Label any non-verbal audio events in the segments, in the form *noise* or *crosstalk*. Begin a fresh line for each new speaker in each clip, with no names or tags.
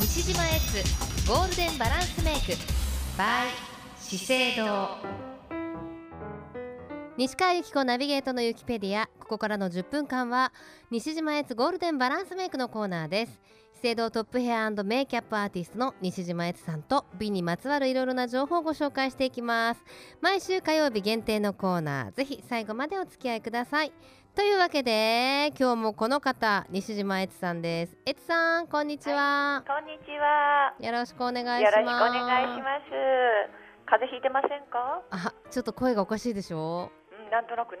西島エッツゴールデンバランスメイク by 資生堂西川由紀子ナビゲートのユキペディアここからの10分間は西島エッツゴールデンバランスメイクのコーナーです資生堂トップヘアメイキャップアーティストの西島エツさんと美にまつわるいろいろな情報をご紹介していきます毎週火曜日限定のコーナーぜひ最後までお付き合いくださいというわけで今日もこの方西島エツさんですエツさんこんにちは、
こんにちは。
よろしくお願いしま
よ
す
ろしくお願いします。風邪ひいてませんか？
あちょっと声がおかしいでしょ
うん、なんとなくね。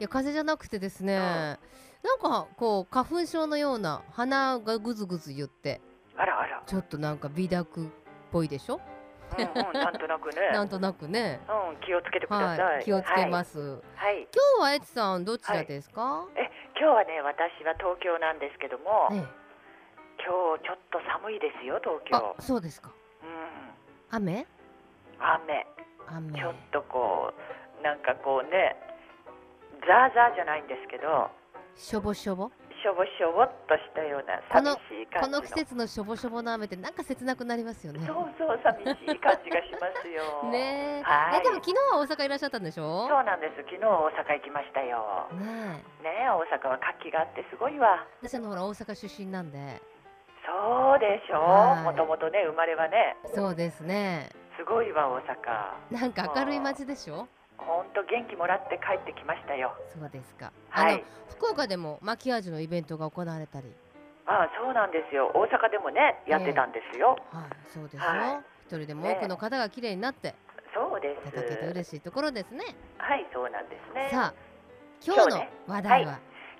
いや風邪じゃなくてですね、
うん
なんかこう花粉症のような鼻がぐずぐず言って
あらあら。
ちょっとなんか微濁っぽいでしょ、
うんうん、 *laughs* なんとなくね。
なんとなくね
うん、気をつけてください。。
はい気をつけますす、
はい。
今日はエツさんどちらですか、
え、今日はね、私は東京なんですけども、
ええ
今日ちょっと寒いですよ、東
あ
京。
そうですか
うん、
雨
雨。
雨
ちょっとこう、なんかこうね、ザーザーじゃないんですけど、
しょぼしょぼ
しょぼしょぼっとしたような
この
寂しい
こ
感じの。
の季節のしょぼしょぼの雨ってなんか切なくなりますよね
そうそう寂しい感じがしますよ。
*laughs* ねえ
はい
えでも昨日は大阪いらっしゃったんでしょ
そうなんです。昨日大阪行きましたよ。
ねえ
ねえ、大阪は活気があってすごいわ。
私あのほら大阪出身なんで
そうでしょ。
はいう
もともとね、生まれはね、
そうですね
すごいわ、大阪。
なんか明るい街でしょ
ほんと元気もらって帰ってきましたよ。
そうですか、
は
あの
い。
福岡でもマキアージュのイベントが行われたり
ああ、そうなんですよ。大阪でもね、やってたんですよ。
はいそうですよ、
はい
一人でも多くの方が綺麗になって
そうで
い
す
ただけて。嬉しいところですね
はい、そうなんですね。
さあ今日
今日
の
ね
話題は、
は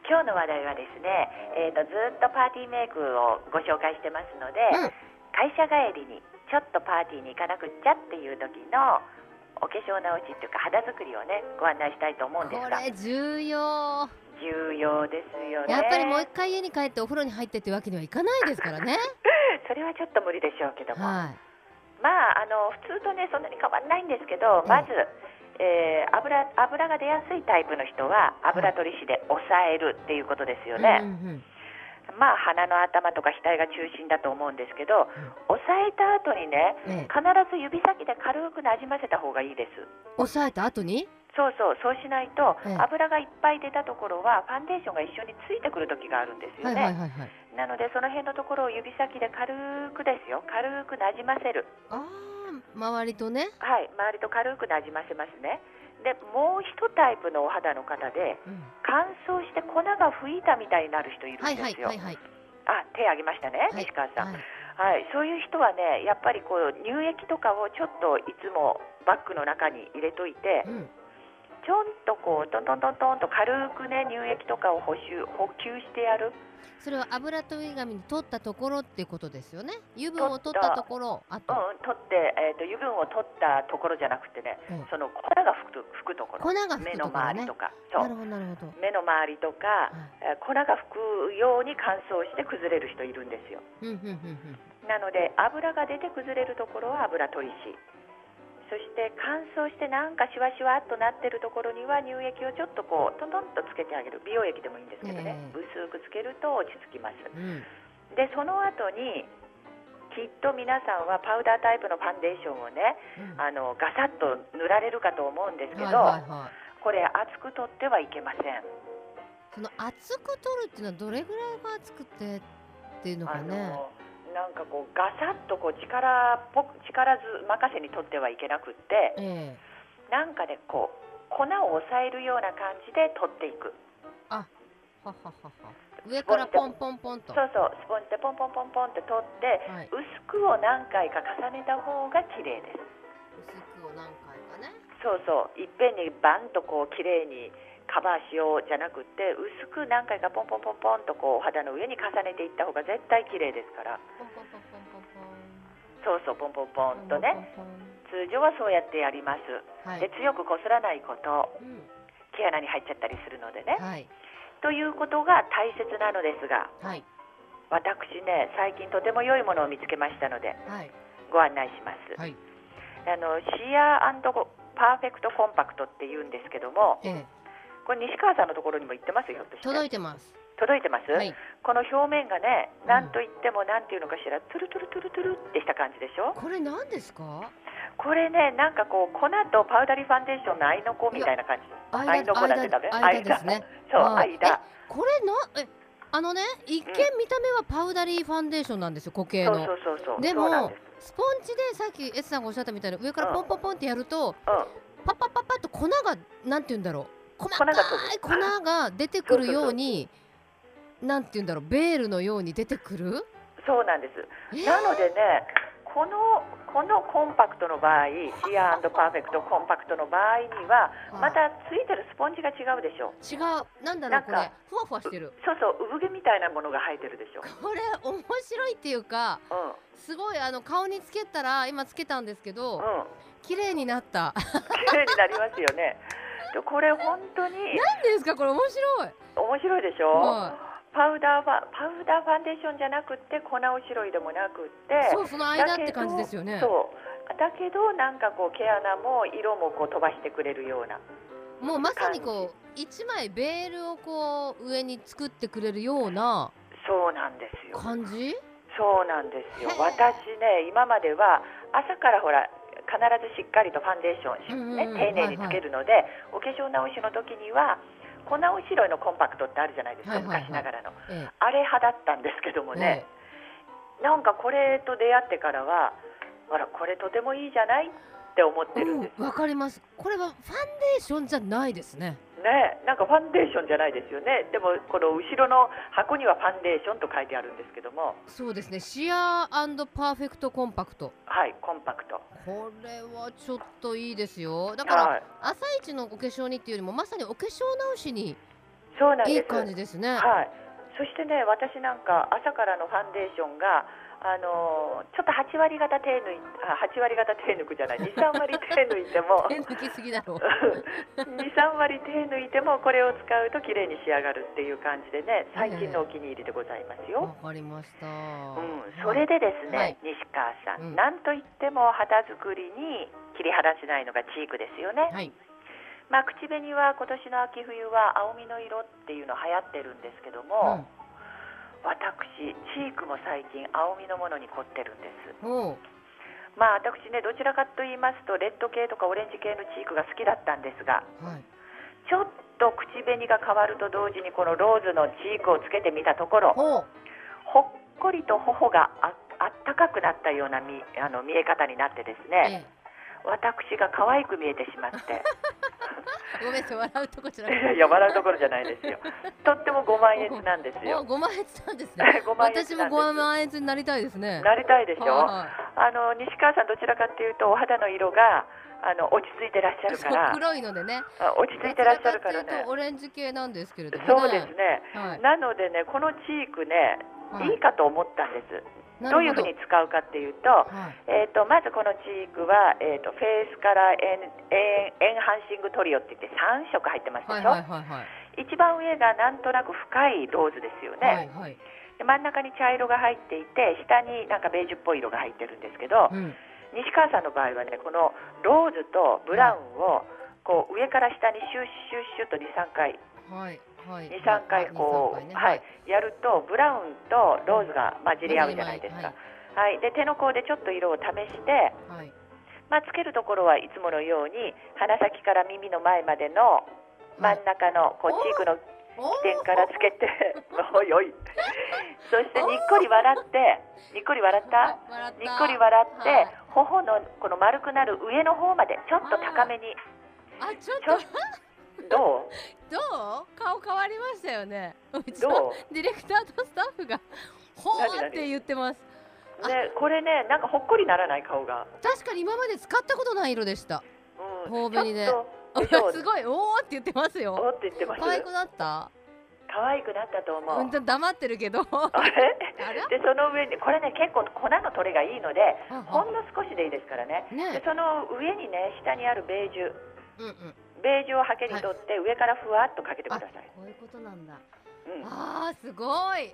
今日の話題はですね、えー、とずっとパーティーメイクをご紹介してますので、
うん
会社帰りにちょっとパーティーに行かなくっちゃっていう時のお化粧直しっていうか肌作りをねご案内したいと思うんです
こ
が
れ重要
重要ですよね
やっぱりもう一回家に帰ってお風呂に入ってってわけにはいかないですからね
*laughs* それはちょっと無理でしょうけども、
は
まああの普通とねそんなに変わらないんですけどまず、えー油油が出やすいタイプの人は油取り紙で抑えるっていうことですよ
い、
ね、
うんうん
まあ鼻の頭とか額が中心だと思うんですけど、押さえた後に
うん、ね
ね必ず指先で軽くなじませた方がいいです
押さえた後に
そうそうそうしないと、
ええ
油がいっぱい出たところはファンデーションが一緒についてくる時があるんですよ
はい
ね、
はいはいはい
なのでその辺のところを指先で軽くですよ軽くなじませる
あー周りとね、
はい周りと軽くなじませますねでもう一タイプのお肌の方で
うん
乾燥して粉が吹いたみたいになる人いる
はい
んで
はい
すよ、
はいはい
あ手挙げましたね、
はい
西川さ
は
ん、
い
はい、そういう人はね、やっぱりこう乳液とかをちょっといつもバッグの中に入れといて
う、ん
ちょんとこうトントントントンと軽くね乳液とかを補修補給してやる。
それは油とり紙に取ったところってことですよね油分を取ったところあ
う
と
ん、取ってえっ、と油分を取ったところじゃなくてね、
うん
その粉が吹く吹くところ、
粉が吹く
目
と
の
ころ
周
ね
りとか、そ
なる
う
ほどなるほど
目の周りとか、
はい
えー粉が吹くように乾燥して崩れる人いるんですよ。
うんうんうん
なので油が出て崩れるところは油取りしそして乾燥してなんかシワシワっとなってるところには乳液をちょっとこうトントンとつけてあげる美容液でもいいんですけど
え
ね、
え
薄くつけると落ち着きます
うんうん
でその後にきっと皆さんはパウダータイプのファンデーションをね
うん
あのガサッと塗られるかと思うんですけ
はいはいは
ど、
い
これ厚く取ってはいけません
その厚く取るっていうのはどれぐらいが厚くてっていうの
あ
かね
のなんかこうガサッとこう力っぽく力ず任せに取ってはいけなくっ
ええ
て、なんかでこう粉を押さえるような感じで取っていく
はははは上からポンポンポンと
そうそうスポンジでポンポンポンポンって取って
はい
薄くを何回か重ねた方が綺麗です
薄くを何回かね
そうそういっぺんにバンとこう綺麗にカバーしようじゃなくて薄く何回かポンポンポンポンとこうお肌の上に重ねていった方が絶対綺麗ですから
ポンポンポンポンポン
そうそうポンポン
ポ
ポ
ン
ンとね
ポンポンポ
通常はそうやってやります
ンはい
で強くこすらないこと
うん
毛穴に入っちゃったりするのでね
はい
ということが大切なのですが
はい
私ね最近とても良いものを見つけましたので
はい
ご案内します、
はい
あのシアーパーフェクトコンパクトって言うんですけども
ええ
これ西川さんのところにも行ってますよひょっとして
届いてます
届いてます、
はい、
この表面がね
うん
なんといってもなんていうのかしらトゥルトゥルトゥルトゥルってした感じでしょ
これ何ですか
これねなんかこう粉とパウダリーファンデーションの合いの子みたいな感じ愛
間
の子なんてダメ
間間ですね
そう
はいえ
間
これなえあのね一見見た目はパウダリーファンデーションなんですよ固形
そう
の
そうそうそう
で
そうなん
も
です
スポンジでさっき S さんがおっしゃったみたいに上からポンポンポンってやると、
うん
パッパッパッパッと粉がなんて言うんだろう細か
が飛ぶ
い粉が出てくるようになんて言うんだろうベールのように出てくる、
そうなんです
えー
なのでねこのこのコンパクトの場合シアーパーフェクトコンパクトの場合にはまたついてるスポンジが違うでしょ
違うなんだろう
な
ん
か
これふわふわしてる
そうそう産毛みたいなものが生えてるでしょ、
これ面白いっていうか
うん
すごいあの顔につけたら今つけたんですけど
うん、
綺麗になった *laughs* 何
綺麗になりますよねでこれ本当に
ですかこれ面白い
面白いでし
は
ょパウダーファパウダーファンデーションじゃなくって粉おしろいでもなくって
そうその間って感じですよね
そうだけどなんかこう毛穴も色もこう飛ばしてくれるような
もうまさにこう一枚ベールをこう上に作ってくれるような
そうなんですよ
感じ
そうなんですよ
へえ
私ね今までは朝からほら必ずしっかりとファンデーション、ね
うんうんうん
丁寧につけるので、お化粧直しの時には粉おしろいのコンパクトってあるじゃないですか、
はいはいはい
昔ながらの
え
あれ派だったんですけども
え
ね、なんかこれと出会ってからはあらこれとてもいいじゃないって思ってるんです、
うん、わかります。これはファンデーションじゃないですね。
ねなんかファンデーションじゃないですよねでもこの後ろの箱にはファンデーションと書いてあるんですけども
そうですね。シアーパーフェクトコンパクト。
はいコンパクト
これはちょっといいですよ。だから
はい、
朝一のお化粧にっていうよりもまさにお化粧直しに
そうなんです
いい感じですね。
はいそしてね私なんか朝からのファンデーションがあのーちょっと8割方手抜いあ8割方手抜くじゃない23割手抜いても
*laughs* 手抜きすぎだろう。
23割手抜いてもこれを使うと綺麗に仕上がるっていう感じでね最近のお気に入りでございますよ
わ。かりました。
うん、それでですね、
はい
西川さん、
うん
なんといっても肌作りに切り離せないのがチークですよね、
はい。
まあ、口紅は今年の秋冬は青みの色っていうの流行ってるんですけども、私チークも最近青みのものに凝ってるんです
うん。おう
まあ私ねどちらかと言いますとレッド系とかオレンジ系のチークが好きだったんですが
はい。
ちょっと口紅が変わると同時にこのローズのチークをつけてみたところ
おう。
ほっこりと頬がああったかくなったような見あの見え方になってです
え
ね、私が可愛く見えてしまって
え、ごめんなさい笑うとこじゃなくて。
*laughs* いや笑うところじゃないです
*laughs*
よとってもご満悦なんです
お
よ
五万円なんですね。
*laughs* ご満悦
私も
なん
五
です
万円になりたいですね。
なりたいでしょ
はい
あの西川さんどちらかっていうとお肌の色があの落ち着いてらっしゃる
そ
か
う
ら
黒いのでね。
あ落ち着いてらっしゃるから
どちらかっていう
ね
とオレンジ系なんですけれどもね。
そうですね
はい。
なのでねこのチークね
はい
いいかと思ったんです、
なるほ
どういうふうに使うかっていうと、
はい。
えー、とまずこのチークは、えー、とフェイスカラーエンエンエンハンシングトリオって言って3色入ってます
は
で
い
しょ、
はいはいはい。
一番上がなんとなく深いローズですよ
はい
ね、
はい。
で真ん中に茶色が入っていて下になんかベージュっぽい色が入ってるんですけど、
うん。
西川さんの場合はねこのローズとブラウンをこう上から下にシュッシュッシュッと23回
はいはい。
23回こ
二
う、
三回ね
はい。、やるとブラウンとローズが混じり合うじゃないですか、はい、で手の甲でちょっと色を試して
はい。はい。
まあ、つけるところはいつものように鼻先から耳の前までの真ん中のこう
おー
チークの
お
点からつけて *laughs* おいおいそしてにっこり笑ってにっこり笑った
ー。笑った。
にっこり笑って頬のこの丸くなる上の方までちょっと高めに
はい。あちょっ
ちょっ
と
どう
どう顔変わりましたよね。う *laughs* ちの
ど
ディレクターとスタッフ
*laughs*
がほ
何
ー
何
って言ってます。
うねこれねなんかほっこりならない顔が、
確かに今まで使ったことない色でした。
うん、
頬紅で
ちょっとでしょ
すごいおーって言ってます
お
よ。
って言ってます
可愛くなった？
可愛くなったと思う、
うん黙ってるけど。
*laughs* あれ
あら
でその上にこれね結構粉の取れがいいのでほんの少しでいいですからねで
ね。
その上にね下にあるベージュ
うんうん。
ベージュをはけに取って、上からふわっとかけてください、
こういうことなんだ。
うん、
ああすごい。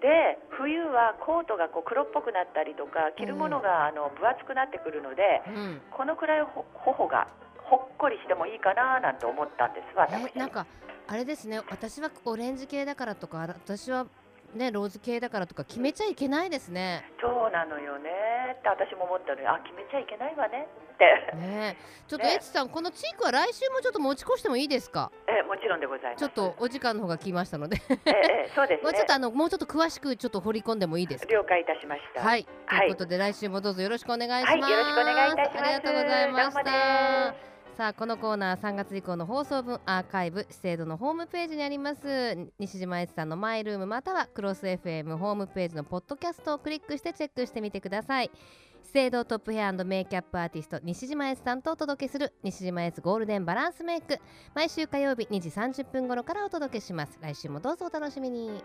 で冬はコートがこう黒っぽくなったりとか着るものがあの分厚くなってくるので、 *laughs*
うん。
このくらいほ頬がほっこりしてもいいかななんて思ったんです私
えなんかあれですね私はオレンジ系だからとか私はねローズ系だからとか決めちゃいけないですね。
そうなのよねって私も思ったのにあ決めちゃいけないわねって
ねえちょっと
ね
エッチさんこのチークは来週もちょっと持ち越してもいいですか
えもちろんでございます
ちょっとお時間の方が来ましたので *laughs*
ええそうです
まあ
ね
ちょっとあのもうちょっと詳しくちょっと掘り込んでもいいですか
了解いたしました
はいと
はいいう
ことで来週もどうぞよろしくお願いし
はい
ま
よ
す、
ろしくお願いいたします
ありがとうございまし
どうも
た
です
さあこのコーナー3月以降の放送分アーカイブ資生堂のホームページにあります西島悦さんのマイルームまたはクロス FM ホームページのポッドキャストをクリックしてチェックしてみてください資生堂トップヘアメイキャップアーティスト西島悦さんとお届けする西島悦ゴールデンバランスメイク毎週火曜日2時30分頃からお届けします来週もどうぞお楽しみに